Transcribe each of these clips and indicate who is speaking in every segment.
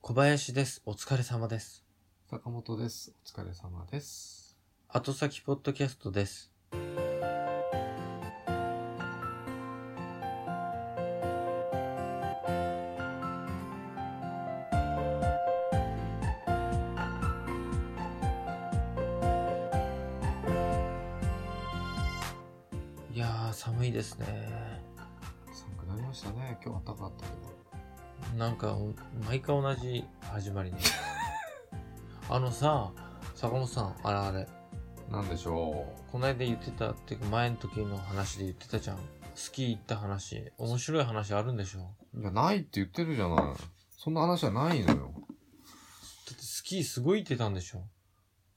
Speaker 1: 小林です。お疲れ様です。
Speaker 2: 坂本です。お疲れ様です。
Speaker 1: 後先ポッドキャストです。いやー、寒いですね。
Speaker 2: 寒くなりましたね。今日暖かかったけど。
Speaker 1: なんか、毎回同じ始まりね。あのさ、坂本さん、あれあれ。
Speaker 2: なんでしょ
Speaker 1: こないだ言ってたっていうか前の時の話で言ってたじゃんスキー行った話面白い話あるんでしょだ
Speaker 2: う。いや、ないって言ってるじゃない。そんな話はないのよ。
Speaker 1: ってスキーすごい行ってたんでしょ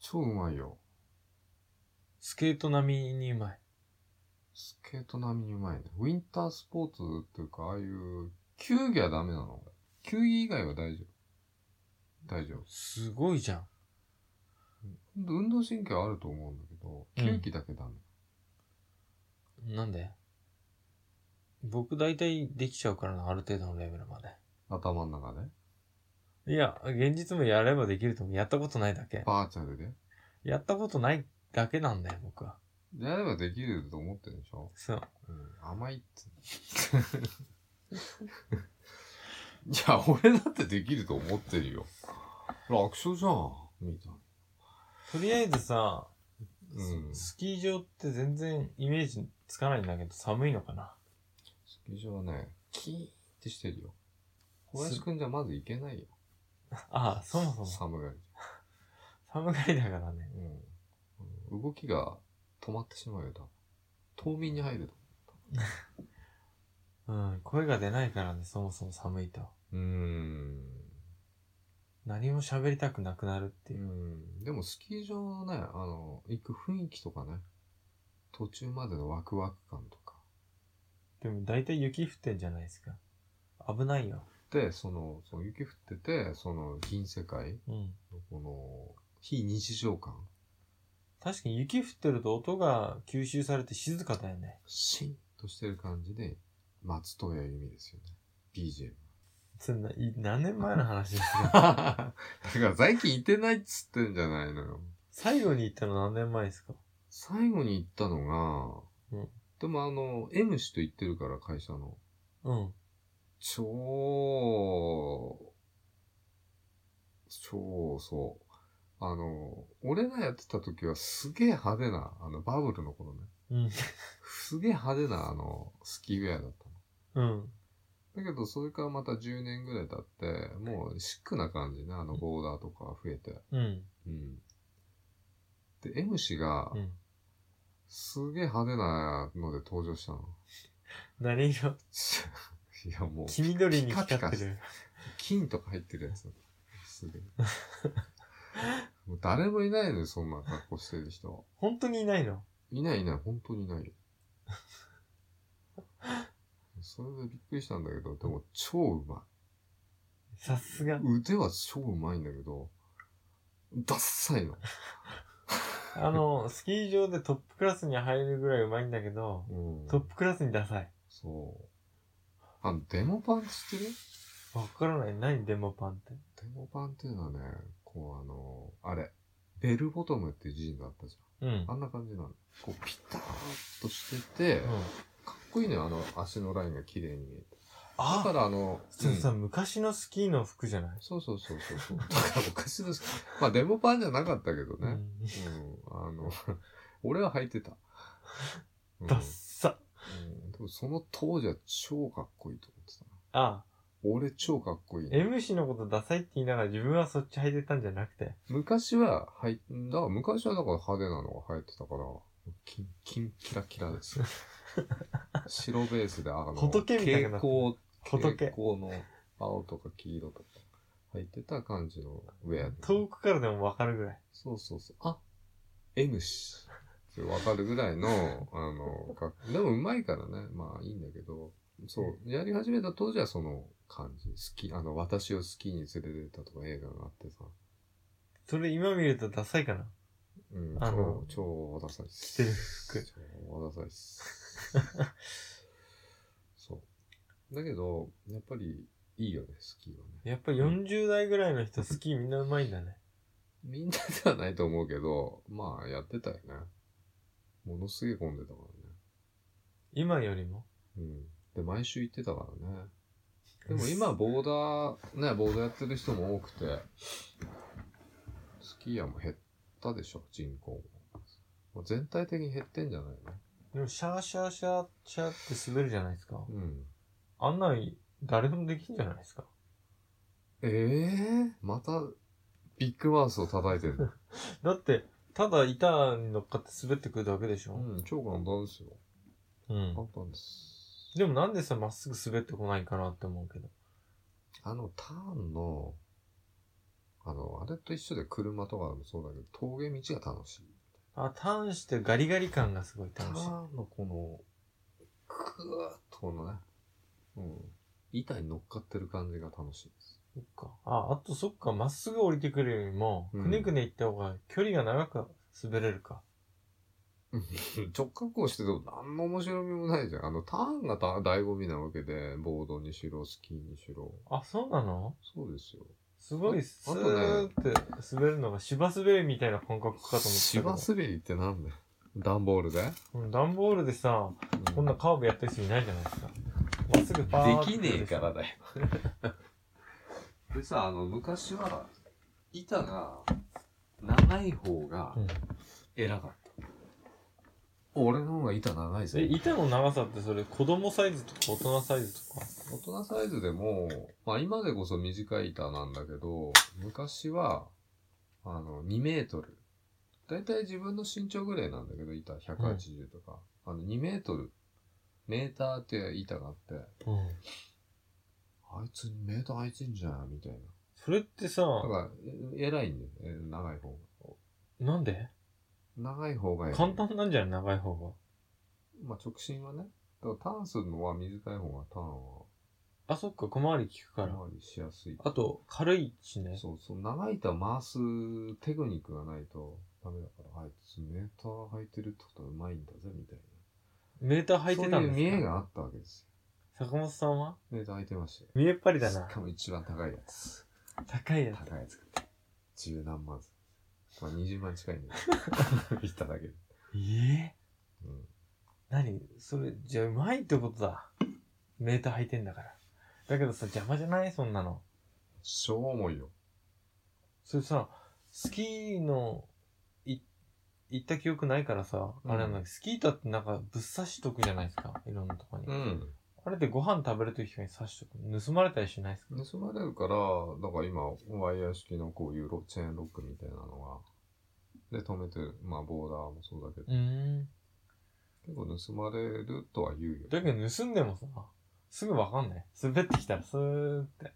Speaker 2: 超うまいよ。
Speaker 1: スケート並みにうまい
Speaker 2: スケート並みにうまいね。ウィンタースポーツっていうか、ああいう、球技はダメなの。球技以外は大丈夫。大丈夫。
Speaker 1: すごいじゃん
Speaker 2: 運動神経はあると思うんだけど、
Speaker 1: うん
Speaker 2: 球技だけダメ。
Speaker 1: なんで僕大体できちゃうからなある程度のレベルまで
Speaker 2: 頭の中で。
Speaker 1: いや現実もやればできると思うやったことないだけ
Speaker 2: バーチャルで。
Speaker 1: やったことないだけなんだよ僕は
Speaker 2: やればできると思ってるでしょ
Speaker 1: そう
Speaker 2: うん甘い って。いや、俺だってできると思ってるよ。楽勝じゃん。みたいな。
Speaker 1: とりあえずさ、
Speaker 2: うん
Speaker 1: ススキー場って全然イメージつかないんだけど寒いのかな
Speaker 2: スキー場はね、キーってしてるよ。小林くんじゃまず行けないよ。
Speaker 1: ああそもそも
Speaker 2: 寒がり
Speaker 1: 寒がりだからね
Speaker 2: じゃん。うん。動きが止まってしまうよ、多分。冬眠に入ると。
Speaker 1: うん、声が出ないからね、そもそも寒いと。
Speaker 2: うーん。
Speaker 1: 何も喋りたくなくなるって
Speaker 2: う
Speaker 1: いう。
Speaker 2: ん。でもスキー場のね、あの、行く雰囲気とかね、途中までのワクワク感とか、
Speaker 1: でも大体雪降ってんじゃないですか。危ないよ。
Speaker 2: で、その、その雪降ってて、その銀世界
Speaker 1: うん。
Speaker 2: のこの非日常感、
Speaker 1: 確かに雪降ってると音が吸収されて静かだよね。
Speaker 2: シンとしてる感じで、松任谷由実ですよね。BGM。
Speaker 1: そんな、い何年前の話です か
Speaker 2: だから最近行ってないっつってんじゃないのよ。
Speaker 1: 最後に行ったの何年前ですか
Speaker 2: 最後に行ったの
Speaker 1: う
Speaker 2: が、
Speaker 1: ん
Speaker 2: でもあの、M 氏と行ってるから会社の、
Speaker 1: うん。
Speaker 2: 超、超そう。あの、俺がやってた時はすげえ派手な、あの、バブルの頃ね。
Speaker 1: うん。
Speaker 2: すげえ派手な、あの、スキーウェアだっ
Speaker 1: う
Speaker 2: た
Speaker 1: ん。
Speaker 2: の。だけど、それからまた10年ぐらい経って、もうシックな感じね、あの、ボーダーとかが増えて。
Speaker 1: うん。
Speaker 2: うん。で、M 氏が
Speaker 1: う、ん。
Speaker 2: すげえ派手なので登場したの。
Speaker 1: 何色
Speaker 2: いや、もう、
Speaker 1: 黄緑に光っ
Speaker 2: ピカピカ
Speaker 1: て
Speaker 2: して
Speaker 1: る。
Speaker 2: 金とか入ってるやつだった。すげえ。 もう誰もいないのよ、そんな格好してる人。
Speaker 1: 本当にいないの
Speaker 2: いないいない、本当にいないよ。それでびっくりしたんだけど、でも超うまい。
Speaker 1: さすが。
Speaker 2: 腕は超うまいんだけど、ダッサいの。
Speaker 1: あの、スキー場でトップクラスに入るぐらいうまいんだけど、
Speaker 2: うん
Speaker 1: トップクラスにダサい。
Speaker 2: そう。あの、デモパンって知ってる
Speaker 1: わからない。何デモパンって。
Speaker 2: デモパンっていうのはね、こうあの、あれ、ベルボトムっていうジーンズあったじ
Speaker 1: うん
Speaker 2: ゃん。あんな感じなの。こう、ピターッとしてて、かっこいいね、あの、足のラインが綺麗に見えて。だか
Speaker 1: あ、
Speaker 2: らあの、
Speaker 1: それさ、
Speaker 2: うん
Speaker 1: 昔のスキーの服じゃない、
Speaker 2: そうそうそうそう そう。だからおかしいです。まあ、デモパンじゃなかったけど
Speaker 1: う
Speaker 2: ね。
Speaker 1: ん、
Speaker 2: うん、あの、 俺は履いてた。うん
Speaker 1: ダッサ。
Speaker 2: うんでもその当時は超かっこいいと思ってたな。
Speaker 1: あ、
Speaker 2: 俺超かっこいいね、
Speaker 1: MC のことダサいって言いながら自分はそっち履いてたんじゃなくて。
Speaker 2: 昔は、はい、だから昔はだから派手なのが流行ってたから、キン、キンキラキラです よ。白ベースで、あの、
Speaker 1: 仏みたいにな
Speaker 2: 蛍
Speaker 1: って
Speaker 2: 光、
Speaker 1: 仏
Speaker 2: 蛍光の青とか黄色とか入ってた感じのウェアで。
Speaker 1: 遠くからでもわかるぐらい。
Speaker 2: そうそうそう。あ、M 氏。それわかる ぐらいの、あの、かでもうまいからね。まあいいんだけど、そう、やり始めた当時はその感じ。好き、あの、私を好きに連れてったとか映画があってさ。
Speaker 1: それ今見るとダサいかな。
Speaker 2: うん、
Speaker 1: あの
Speaker 2: 超、超ダサいっす。
Speaker 1: 着てる服。
Speaker 2: 超ダサいっ す。そう。だけど、やっぱり、いいよね、スキーはね。
Speaker 1: やっぱり40代ぐらいの人、スキーみんなうまいんだね。
Speaker 2: みんなではないと思うけど、まあやってたよね。ものすげえ混んでたから
Speaker 1: 今よりも。
Speaker 2: ね。うん。で、毎週行ってたからね。でも今、ボーダー、ね、ボーダーやってる人も多くて、スキーヤーも減ったでしょ、人口も。もう全体的に減ってんじゃないの
Speaker 1: でも、シャーシャーシャーシャーって滑るじゃないですか。
Speaker 2: うん。
Speaker 1: あんなん、誰でもできんじゃないですか。
Speaker 2: ええまた、ビッグマウスを叩いてるの。
Speaker 1: だって、ただ板に乗っかって滑ってくるだけでしょ。
Speaker 2: うん、超簡単ですよ。
Speaker 1: うん。
Speaker 2: 簡単です。
Speaker 1: でもなんでさ、まっすぐ滑ってこないかなって思うけど。
Speaker 2: あの、ターンの、あの、あれと一緒で車とかでもそうだけど、峠道が楽しい。
Speaker 1: あ、ターンしてガリガリ感がすごい
Speaker 2: ター
Speaker 1: 楽しい。
Speaker 2: ンのこの、くーっとこのね、うん、板に乗っかってる感じが楽しいです。
Speaker 1: そっか。あ、あとそっか、まっすぐ降りてくるよりも、
Speaker 2: うん
Speaker 1: くねくね行った方が距離が長く滑れるか。
Speaker 2: 直角をしてても何の面白みもないじゃん。あの、ターンがた醍醐味なわけで、ボードにしろ、スキーにしろ。
Speaker 1: あ、そうなの
Speaker 2: そうですよ。
Speaker 1: すごい、ス
Speaker 2: ああとね
Speaker 1: ーって滑るのが芝滑りみたいな感覚かと思ってたけ
Speaker 2: 芝
Speaker 1: ど。
Speaker 2: 滑りってなんだよ。段ボールで、
Speaker 1: うん、段ボールでさ、
Speaker 2: うん
Speaker 1: こんなカーブやってる人いないじゃないですか。まっすぐパーッと
Speaker 2: できねえからだよ。でさ、あの、昔は、板が長い方が
Speaker 1: うん
Speaker 2: 偉かった。俺の方が板長い
Speaker 1: え、
Speaker 2: ぜ。
Speaker 1: 板の長さってそれ子供サイズとか大人サイズとか。
Speaker 2: 大人サイズでも、まあ今でこそ短い板なんだけど、昔は、あの、2メートル。だいたい自分の身長ぐらいなんだけど、板180とか。あの、2メートル。メーターって板があって、
Speaker 1: うん。
Speaker 2: あいつメーター空いてんじゃん、みたいな。
Speaker 1: それってさ、
Speaker 2: だから、え偉いんだよ、え長い方が。
Speaker 1: なんで
Speaker 2: 長い方が偉い。
Speaker 1: 簡単なんじゃない長い方が。
Speaker 2: まあ、直進はね。だからターンするのは短い方がターンは、
Speaker 1: あ、そっか、小回り効く
Speaker 2: あ
Speaker 1: から。
Speaker 2: まりしやすい。
Speaker 1: あと、軽いしね。
Speaker 2: そうそう、長い板回すテクニックがないとダメだから、あいつメーター履いてるってことはうまいんだぜ、みたい
Speaker 1: メーター履いて
Speaker 2: な。
Speaker 1: た
Speaker 2: そうい
Speaker 1: ん
Speaker 2: う見
Speaker 1: で
Speaker 2: 栄
Speaker 1: すか
Speaker 2: があったわけです
Speaker 1: 坂本さんは
Speaker 2: よ。メーター履いてましたよ。
Speaker 1: 見えっぱりだな
Speaker 2: し。かも一番高いやつ。
Speaker 1: 高いや
Speaker 2: 高いやつ買って。十何万。まあ、20万近いんだよ。 板だけで。
Speaker 1: つ。ええ
Speaker 2: うん。
Speaker 1: 何それ、じゃあうまいってことだ。メーター履いてんだから。だけどさ、邪魔じゃないそんなの。
Speaker 2: 超重いよ。
Speaker 1: それさ、スキーの、い、行った記憶ないからさ、
Speaker 2: うん
Speaker 1: あれなんだけどスキー板ってなんかぶっ刺しとくじゃないですか。いろんなとこに。
Speaker 2: うん。
Speaker 1: あれでご飯食べるときに刺しとく。盗まれたりしないですか
Speaker 2: 盗まれるから、だから今、ワイヤー式のこういうロチェーンロックみたいなのが、で、止めてる。まあ、ボーダーもそうだけど、
Speaker 1: うーん。
Speaker 2: 結構盗まれるとは言うよ。
Speaker 1: だけど盗んでもさ、すぐわかんない。滑ってきたらスーって。
Speaker 2: い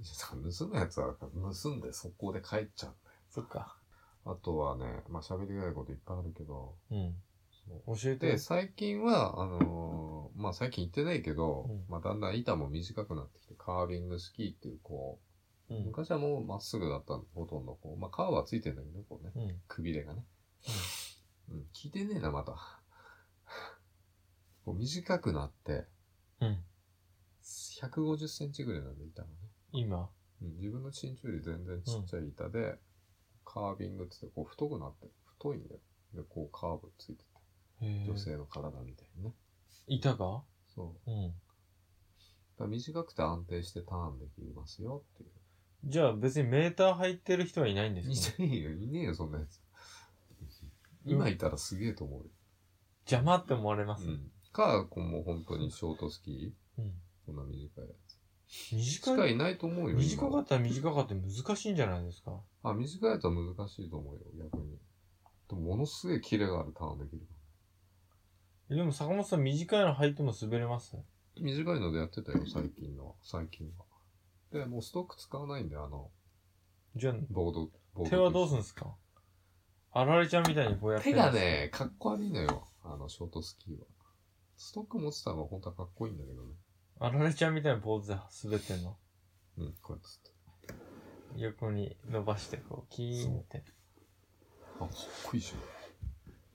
Speaker 2: や盗むやつは、盗んで速攻で帰っちゃうんだ
Speaker 1: そっか。
Speaker 2: よ。あとはね、まあ、喋りたいこといっぱいあるけど、
Speaker 1: うん。
Speaker 2: そう
Speaker 1: 教えて
Speaker 2: で、。最近は、あのーまあ、最近行ってないけど、
Speaker 1: うん
Speaker 2: まあ、だんだん板も短くなってきて、カービングスキーっていう、こ
Speaker 1: う
Speaker 2: う、
Speaker 1: ん。
Speaker 2: 昔はもうまっすぐだったの、ほとんどこう、まあ、カーブはついてんだけど、こうね。
Speaker 1: うん。
Speaker 2: くびれがね。うん、聞いてねえな、また。 こう短くなって、
Speaker 1: うん。
Speaker 2: 150センチぐらいなんで板がね、
Speaker 1: 今。
Speaker 2: うん。自分の身長より全然ちっちゃい板で、カービングって言ってこう太くなって、太いんだよ。で、こうカーブついて
Speaker 1: へ
Speaker 2: て、
Speaker 1: ー
Speaker 2: 女性の体みたいにね。
Speaker 1: いたか
Speaker 2: そう。
Speaker 1: うん。
Speaker 2: だから短くて安定してターンできますよっていう。
Speaker 1: じゃあ別にメーター入ってる人はいないんです
Speaker 2: い
Speaker 1: ね。
Speaker 2: ねえよ、いねえよ、そんなやつ。今いたらすげえと思うよ。
Speaker 1: 邪魔って思われます。
Speaker 2: うん。か、こうもう本当にショートスキー
Speaker 1: うん。
Speaker 2: こんな短いやつ。し
Speaker 1: 短
Speaker 2: か
Speaker 1: い。
Speaker 2: いないと思うよ。今
Speaker 1: 短かったら短かったで難しいんじゃないですか
Speaker 2: あ、短いやつは難しいと思うよ、逆に。でも、ものすげえキレがあるターンできるか
Speaker 1: えでも坂本さん短いの履いても滑れます
Speaker 2: ら。短いのでやってたよ、最近のは、最近は。で、もうストック使わないんだよ、あの、
Speaker 1: じゃ
Speaker 2: ボード、ボ
Speaker 1: あ
Speaker 2: ード。
Speaker 1: 手はどうするんですかあられちゃんみたいにこうやって。
Speaker 2: 手が。ね、かっこ悪いのよ、あの、ショートスキーは。ストック持ってたのは本当はかっこいいんだけどね。
Speaker 1: あられちゃんみたいなポーズで滑ってんの。
Speaker 2: うん、こうやって
Speaker 1: 横に伸ばしてこう、キーンって。
Speaker 2: あ、かっこいいじ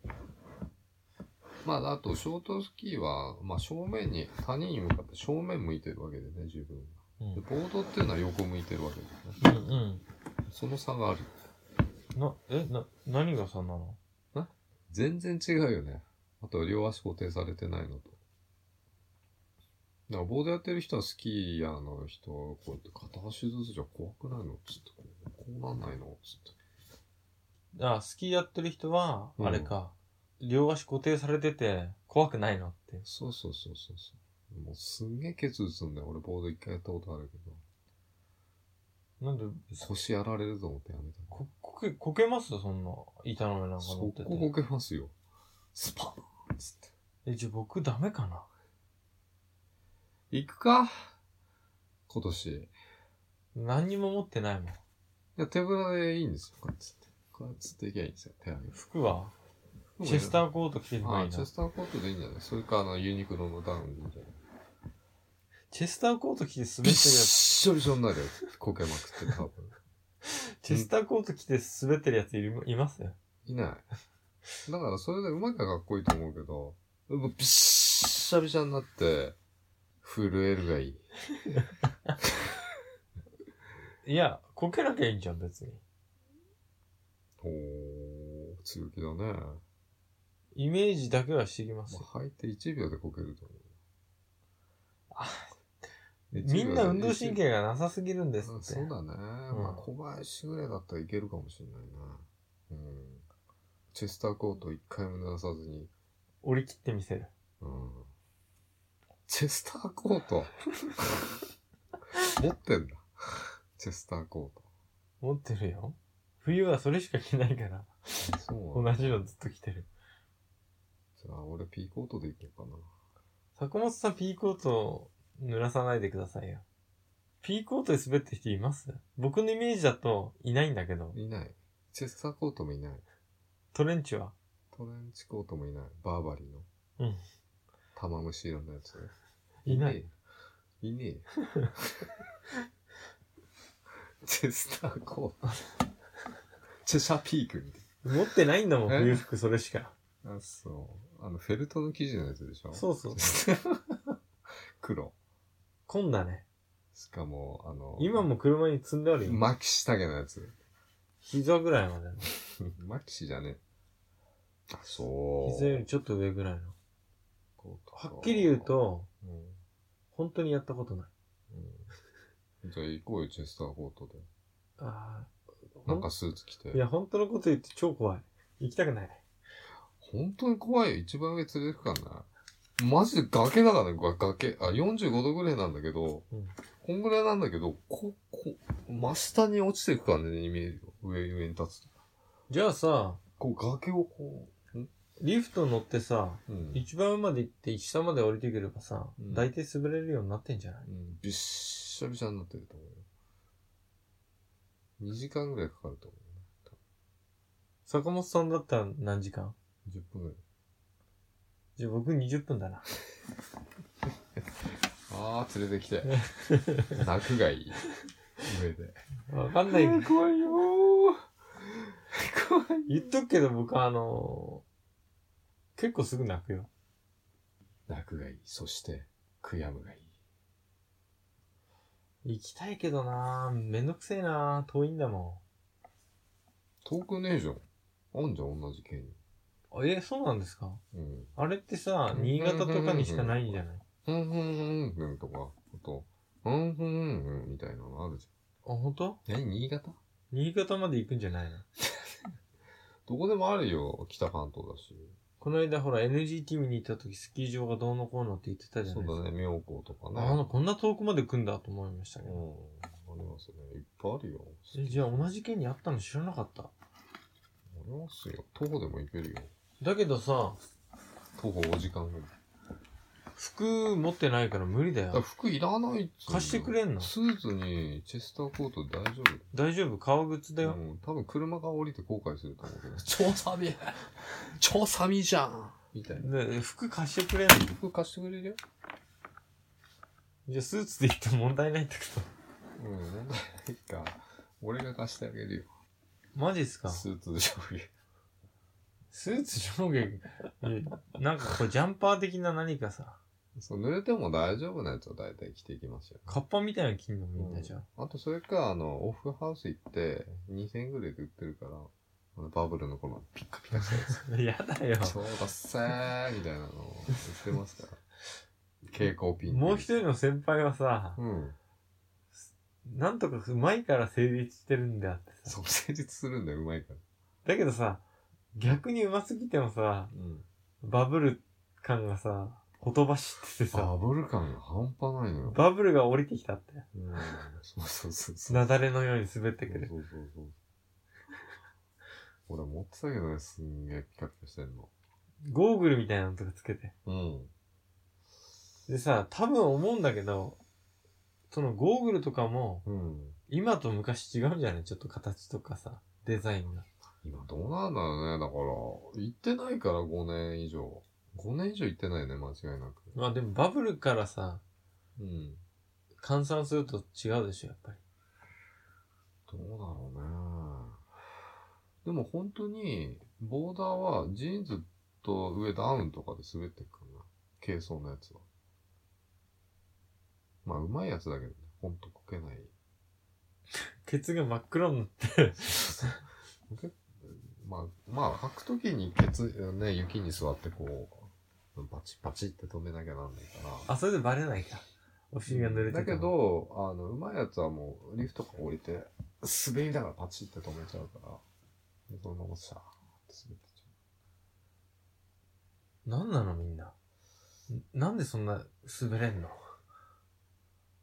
Speaker 2: ゃん。まあ、あと、ショートスキーは、まあ、正面に、谷に向かって正面向いてるわけでね、自
Speaker 1: う
Speaker 2: 分が。
Speaker 1: ん
Speaker 2: でボードっていうのは横向いてるわけですね。
Speaker 1: うん
Speaker 2: その差がある。
Speaker 1: うん。な、え、な、何がさなの
Speaker 2: 全然違うよね。あと両足固定されてないのと。だからボードやってる人はスキーヤーの人はこうやって片足ずつじゃ怖くないのつってこうこうなんないのつって。
Speaker 1: あ、スキーやってる人は、
Speaker 2: うん
Speaker 1: あれか、両足固定されてて、怖くないのって。
Speaker 2: そうそうそうそうそう。もうすんげえケツ打つんだよ。俺ボード一回やったことあるけど。
Speaker 1: なんで、
Speaker 2: 腰やられると思ってやめた。
Speaker 1: こ、こけ、こけますそんな、板の上なんか乗
Speaker 2: そ
Speaker 1: って
Speaker 2: こ
Speaker 1: て。
Speaker 2: こけますよ。スパンつって。
Speaker 1: え、じゃあ僕ダメかな
Speaker 2: 行くか今年。い
Speaker 1: 何にも持ってないもん。
Speaker 2: や、手ぶらでいいんですよ。こうやってつって。こうやってつっていけばいいんですよ。手上げて
Speaker 1: 服はチェスターコート着てれば
Speaker 2: あ
Speaker 1: いいな。
Speaker 2: チェスターコートでいいんじゃないそれか、あの、ユニクロのダウンでいいんじゃない
Speaker 1: チェスターコート着て滑ってる
Speaker 2: び
Speaker 1: や
Speaker 2: っ
Speaker 1: つ、
Speaker 2: しょびしょになるやつ。こけまくって、多分。
Speaker 1: チェスターコート着て滑ってるやついるいます
Speaker 2: いない。だから、それでうまいからかっこいいと思うけど、もうびっしゃびしゃになって、震えるがいい。
Speaker 1: いや、こけなきゃいいんじゃん、別に。
Speaker 2: おー、強気だね。
Speaker 1: イメージだけはしてきます
Speaker 2: ま
Speaker 1: よ。
Speaker 2: あ、履いて1秒でこけると思う。
Speaker 1: あ
Speaker 2: 1秒で
Speaker 1: みんな運動神経がなさすぎるんです
Speaker 2: うん
Speaker 1: って
Speaker 2: そう。だね。まあ、小林ぐらいだったらいけるかもしれないな。うん。チェスターコート一回も濡らさずに。
Speaker 1: 折り切ってみせる。
Speaker 2: うん。チェスターコー ト持ってんだ。チェスターコート。
Speaker 1: 持ってるよ。冬はそれしか着ないから、
Speaker 2: そう
Speaker 1: 同
Speaker 2: なんだ。
Speaker 1: じのずっと着てる。
Speaker 2: じゃあ、俺ピーコートでいこうかな。
Speaker 1: 坂本さん、ピーコート濡らさないでくださいよ。ピーコートで滑ってる人います僕のイメージだといないんだけど、
Speaker 2: いない。チェスターコートもいない。
Speaker 1: トレンチは。
Speaker 2: トレンチコートもいない。バーバリーの。
Speaker 1: うん。
Speaker 2: 玉虫色のやつね。
Speaker 1: いない。
Speaker 2: ねえ。いねえよ。チェスターコート。チェシャピークみたい
Speaker 1: 持ってないんだもん、
Speaker 2: え
Speaker 1: 冬服それしか。
Speaker 2: な。あ、そう。あの、フェルトの生地のやつでしょ
Speaker 1: そうそう。
Speaker 2: 黒。
Speaker 1: 混んだね。
Speaker 2: しかも、あの、
Speaker 1: 今も車に積んであるよ。
Speaker 2: マキシタゲのやつ。
Speaker 1: 膝ぐらいまでの。
Speaker 2: マキシじゃねえ。あ、そう。
Speaker 1: 膝よりちょっと上ぐらいの。
Speaker 2: コート
Speaker 1: はっきり言う、と、
Speaker 2: うん
Speaker 1: 本当にやったことない。
Speaker 2: うんじゃあ行こうよ、チェスターコートで。
Speaker 1: ああ。
Speaker 2: なんかスーツ着て
Speaker 1: い。や、本当のこと言って超怖い。行きたくない。
Speaker 2: 本当に怖いよ。一番上連れてくからね。マジで崖だからね、が崖。あ、45度ぐらいなんだけど、
Speaker 1: うん
Speaker 2: こんぐらいなんだけど、こ、こ、真下に落ちていくからね、イメージを。上、上に立つと。
Speaker 1: じゃあさ、
Speaker 2: こう、崖をこう、ん
Speaker 1: リフト乗ってさ、
Speaker 2: うん。
Speaker 1: 一番上まで行って下まで降りてくればさ、
Speaker 2: うん
Speaker 1: 大体滑れるようになってんじゃない
Speaker 2: うんびっしゃびしゃになってると思うよ。2時間ぐらいかかると思うね。
Speaker 1: 坂本さんだったら何時間
Speaker 2: 10分ぐらい。
Speaker 1: じゃあ僕20分だな。
Speaker 2: あー、連れてきて。 泣くがいい。上で。
Speaker 1: わかんない。
Speaker 2: 怖いよー。怖い。
Speaker 1: 言っとくけど僕あのー結構すぐ泣くよ。
Speaker 2: 泣くがいい。そして、悔やむがいい。
Speaker 1: 行きたいけどなめんどくせえな遠いんだも
Speaker 2: 遠くねえじゃん。あんじゃん、同じ県に。
Speaker 1: ん。あえ、そうなんですか
Speaker 2: うん。
Speaker 1: あれってさ、新潟とかにしかないんじゃない
Speaker 2: ふんふんふんふんとか、あと、ふんふんふんふんみたいなのあるじ
Speaker 1: あ、本当？
Speaker 2: ゃん。何新潟
Speaker 1: 新潟まで行くんじゃないの
Speaker 2: どこでもあるよ。北関東だし。
Speaker 1: この間ほら NGT 見に行った時スキー場がどうのこうのって言ってたじゃ
Speaker 2: そ
Speaker 1: な
Speaker 2: う
Speaker 1: いです
Speaker 2: だ
Speaker 1: か。
Speaker 2: ね、妙高とかね。
Speaker 1: あの、こんな遠くまで来んだと思いましたけ
Speaker 2: う
Speaker 1: ど。
Speaker 2: ん。ありますね。いっぱいあるよ。
Speaker 1: えじゃあ同じ県にあったの知らなかった。
Speaker 2: ありますよ。徒歩でも行けるよ。
Speaker 1: だけどさ、
Speaker 2: 徒歩5時間ぐらい。
Speaker 1: 服持ってないから無理だ
Speaker 2: だから
Speaker 1: よ。
Speaker 2: 服いらないっつうの
Speaker 1: 貸してくれんの
Speaker 2: スーツにチェスターコートで大丈夫
Speaker 1: 大丈夫革靴だ
Speaker 2: だよ。
Speaker 1: よ
Speaker 2: う。ん。多分車が降りて後悔すると思うけど。 超寒い超寒いじゃんみたいな。
Speaker 1: で服貸してくれんの
Speaker 2: 服貸してくれるよ
Speaker 1: じゃあスーツで行って問題ないってこ
Speaker 2: うん、問題ないか。俺が貸してあげる
Speaker 1: と。 マジっす
Speaker 2: よ。
Speaker 1: か
Speaker 2: スーツでしょ、
Speaker 1: スーツ上下、なんかこうジャンパー的な何かさ、
Speaker 2: そう、濡れても大丈夫なやつを大体着ていきますよ。
Speaker 1: カッパみたいなの着んのみんなじゃん。
Speaker 2: あと、それか、あの、オフハウス行って、2000円ぐらいで売ってるから、あのバブルの頃のピッカピカした や
Speaker 1: やだよ。
Speaker 2: つ。超ダッサーみたいなのを売ってますから。蛍光ピンク。
Speaker 1: もう一人の先輩はさ、
Speaker 2: うん。
Speaker 1: なんとかうまいから成立してるんであってさ。
Speaker 2: そう、成立するんだよ、うまいから。
Speaker 1: だけどさ、逆にうますぎてもさ、
Speaker 2: うん。
Speaker 1: バブル感がさ、ほとばしっててさ
Speaker 2: バ、ブル感が半端ないのよ。
Speaker 1: バブルが降りてきたって。
Speaker 2: うん。そうそうそうそう。
Speaker 1: 雪崩のように滑ってくる。
Speaker 2: そうそうそうそう。俺持ってたけどね、すんげえピカピカしてんの。
Speaker 1: ゴーグルみたいなのとかつけて。
Speaker 2: うん。
Speaker 1: でさ、多分思うんだけど、そのゴーグルとかも、
Speaker 2: うん。
Speaker 1: 今と昔違うんじゃないちょっと形とかさ、デザインが。
Speaker 2: 今どうなんだろうね。だから、行ってないから5年以上。5年以上行ってないね、間違いなく。
Speaker 1: まあでもバブルからさ、
Speaker 2: うん。
Speaker 1: 換算すると違うでしょ、やっぱり。
Speaker 2: どうだろうね。でも本当に、ボーダーはジーンズと上ダウンとかで滑ってくからな。軽装のやつは。まあ、うまいやつだけどね。ほんとこけない。
Speaker 1: ケツが真っ黒になってる。
Speaker 2: 結まあ、まあ、履くときにケツ、ね、雪に座ってこう、バチバチって止めなきゃなんないから。
Speaker 1: あ、それでバレないか。お尻が濡れてても
Speaker 2: だけ、ど、あの、うまいやつはもう、リフトから降りて、滑りながらパチって止めちゃうから、でそのままシャーって滑ってっちゃ
Speaker 1: なんなのみんな。んなんでそんな滑れんの
Speaker 2: う。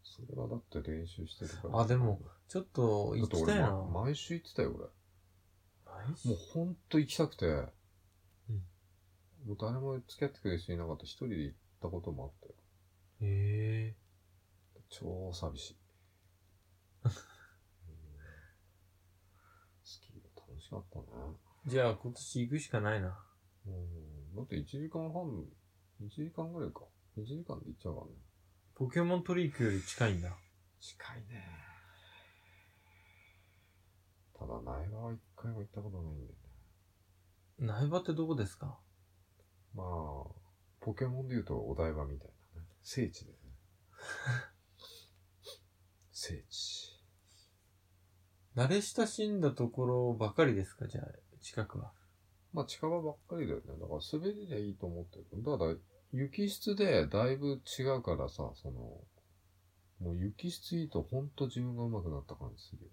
Speaker 2: それはだって練習してるから。
Speaker 1: あでも、ちょっと
Speaker 2: だ
Speaker 1: 行
Speaker 2: って
Speaker 1: き
Speaker 2: 俺
Speaker 1: たいな。
Speaker 2: ま毎週行ってたよ、俺。
Speaker 1: 毎
Speaker 2: もう
Speaker 1: 日
Speaker 2: ほんと行きたくて、もう誰も付き合ってくれる人いなかった。一人で行ったこともあったよ。
Speaker 1: へえ
Speaker 2: 超寂しい。うんスキーが楽しかったね。
Speaker 1: じゃあ今年行くしかないな。
Speaker 2: うん。だって1時間半、1時間ぐらいか。1時間で行っちゃうからね。
Speaker 1: ポケモントリークより近いんだ。
Speaker 2: 近いね。ただ、苗場は一回も行ったことないんだよね。
Speaker 1: 苗場ってどこですか
Speaker 2: まあ、ポケモンで言うとお台場みたいなね。聖地だよ ね。聖地。
Speaker 1: 慣れ親しんだところばかりですかじゃあ、近くは。
Speaker 2: まあ近場ばっかりだよね。だから滑りでいいと思ってる。ただ、雪質でだいぶ違うからさ、その、もう雪質いいとほんと自分が上手くなった感じするよ。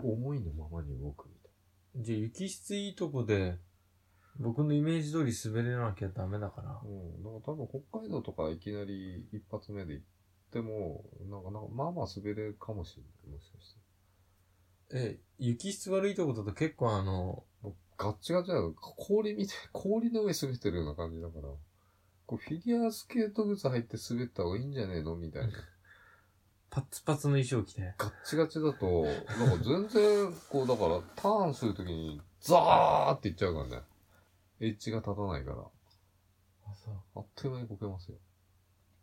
Speaker 2: 思いのままに動くみたい
Speaker 1: じゃあ雪質いいとこで、僕のイメージ通り滑れなきゃダメだから
Speaker 2: な。。うん。だから多分北海道とかいきなり一発目で行っても、なんかなんかまあまあ滑れるかもしれない。もしかして。
Speaker 1: え、雪質悪いとこだと結構あの、
Speaker 2: もうガッチガチだよ。氷みたい、氷の上滑ってるような感じだから。こうフィギュアスケート靴入って滑った方がいいんじゃねえのみたいな。
Speaker 1: パッツパツの衣装着て。
Speaker 2: ガッチガチだと、なんか全然、こう、だから、ターンするときに、ザーっていっちゃうからね。エッジが立たないから、
Speaker 1: あ、そう。
Speaker 2: あっという間にこけますよ。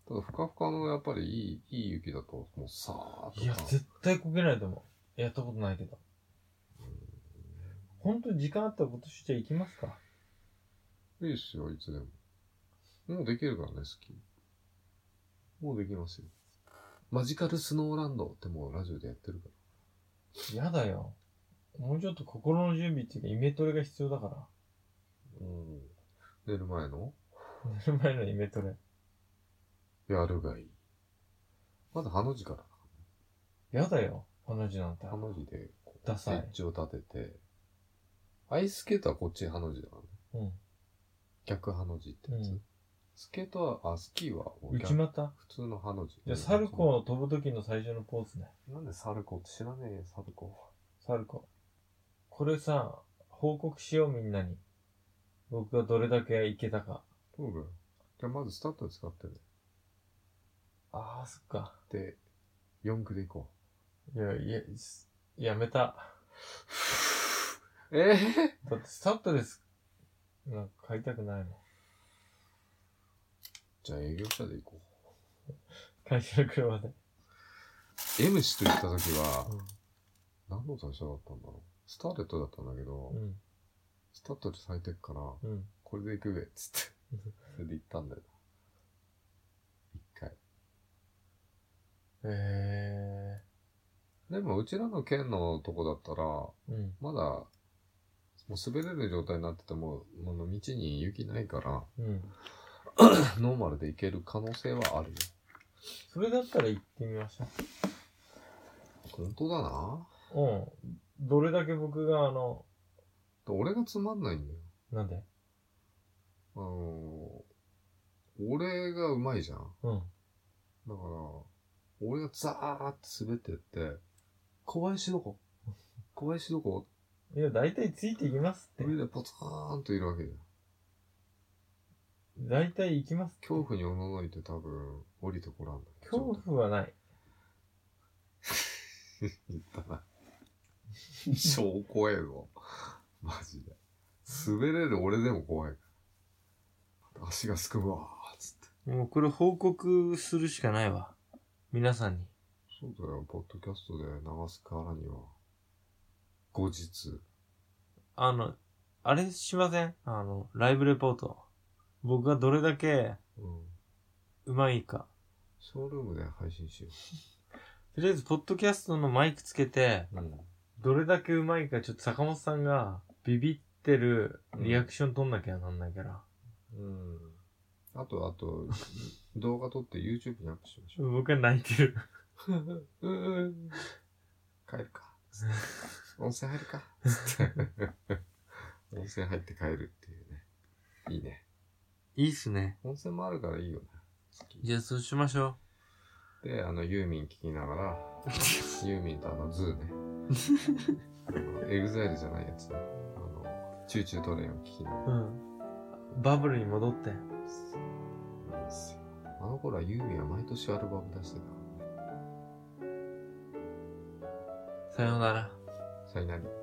Speaker 2: ただ、ふかふかの、やっぱり、いい、いい雪だと、もう、さーっと。
Speaker 1: いや、絶対こけないと思う。やったことないけど。本当に時間あったら今年じゃあ行きますか。
Speaker 2: いいっすよ、いつでも。もうできるからね、好き。もうできますよ。マジカルスノーランドってもうラジオでやってるか
Speaker 1: やだよ。もうちょっと心の準備っていうか、イメトレが必要だから。
Speaker 2: ら。うん。寝る前の
Speaker 1: 寝る前のイメトレ。
Speaker 2: やるがいい。まだハの字から。
Speaker 1: やだよ。あの字なんて
Speaker 2: ハ。の字で、こう、
Speaker 1: ダサい
Speaker 2: ッジを立てて、アイススケートはこっちハの字だからね。
Speaker 1: うん。
Speaker 2: 逆ハの字ってやつ。
Speaker 1: うん
Speaker 2: スケートは、あ、スキーはもう
Speaker 1: 内
Speaker 2: 逆
Speaker 1: 股
Speaker 2: 普通のハの字。
Speaker 1: じゃあ、サルコーの飛ぶ時の最初のポーズね。
Speaker 2: なんでサルコーって知らねえよ、サルコ
Speaker 1: サルコー。これさ、報告しようみんなに。僕がどれだけいけたか。
Speaker 2: ー。そうだよ。じゃあまずスタートで使ってね。
Speaker 1: ああ、そっか。
Speaker 2: で、四駆で行こ
Speaker 1: いや、いや、すやめた。
Speaker 2: う。え
Speaker 1: だってスタッドです。なんか買いたくないもん。
Speaker 2: じゃあ営業車で行こ
Speaker 1: 会社の車で。
Speaker 2: う。M 氏と行った時は、何の台車だったんだろう。スターレットだったんだけど、
Speaker 1: うん。
Speaker 2: スタートで咲いてくから、
Speaker 1: うん。
Speaker 2: これで行くべ、つって。それで行ったんだよ。
Speaker 1: へえ
Speaker 2: でも、うちらの県のとこだったら、
Speaker 1: うん。
Speaker 2: まだ、もう滑れる状態になってても、あの道に雪ないから、
Speaker 1: う ん。
Speaker 2: ノーマルで行ける可能性はあるよ。
Speaker 1: それだったら行ってみましょ
Speaker 2: 本当だな
Speaker 1: う。うん。どれだけ僕があの、
Speaker 2: 俺がつまんないんだよ。
Speaker 1: なんで
Speaker 2: あのー、俺がうまいじゃん。
Speaker 1: うん。
Speaker 2: だから、俺がザーって滑ってって、小林どこ 小林どこ
Speaker 1: いや、だいたいついていきますって。
Speaker 2: 上でポツーンといるわけじゃん。
Speaker 1: だいたい行きます。
Speaker 2: 恐怖におののいて多分、降りてこらんだけど。
Speaker 1: 恐怖はない。
Speaker 2: 言ったな。超怖えぞ。マジで。滑れる俺でも怖い。足がすくむわー、つって。
Speaker 1: もうこれ報告するしかないわ。皆さんに。
Speaker 2: そうだよ、ポッドキャストで流すからには。後日。
Speaker 1: あの、あれしませんあの、ライブレポート。僕がどれだけ
Speaker 2: うん。
Speaker 1: うまいか。
Speaker 2: ショールームで配信しよ
Speaker 1: とりあえず、ポッドキャストのマイクつけて、
Speaker 2: う。うん。
Speaker 1: どれだけうまいか、ちょっと坂本さんがビビってるリアクション取んなきゃなんないから。
Speaker 2: うん。あと、あと、動画撮って YouTube にアップしましょう。
Speaker 1: 僕は泣いてる。
Speaker 2: うん。帰るか。温泉入るか。つって 温泉入って帰るっていうね。いいね。
Speaker 1: いいっすね。
Speaker 2: 温泉もあるからいいよね。好き
Speaker 1: じゃあ、そうしましょ
Speaker 2: で、あの、ユーミン聴きながら、ユーミンとあの、ズーね。あのエグザイルじゃないやつね。あの、チューチュートレインを聴きながら。
Speaker 1: う。うん。バブルに戻って。
Speaker 2: いいですよ。あの頃はユーミンは毎年アルバム出してたからね。
Speaker 1: さようなら。
Speaker 2: さよなら。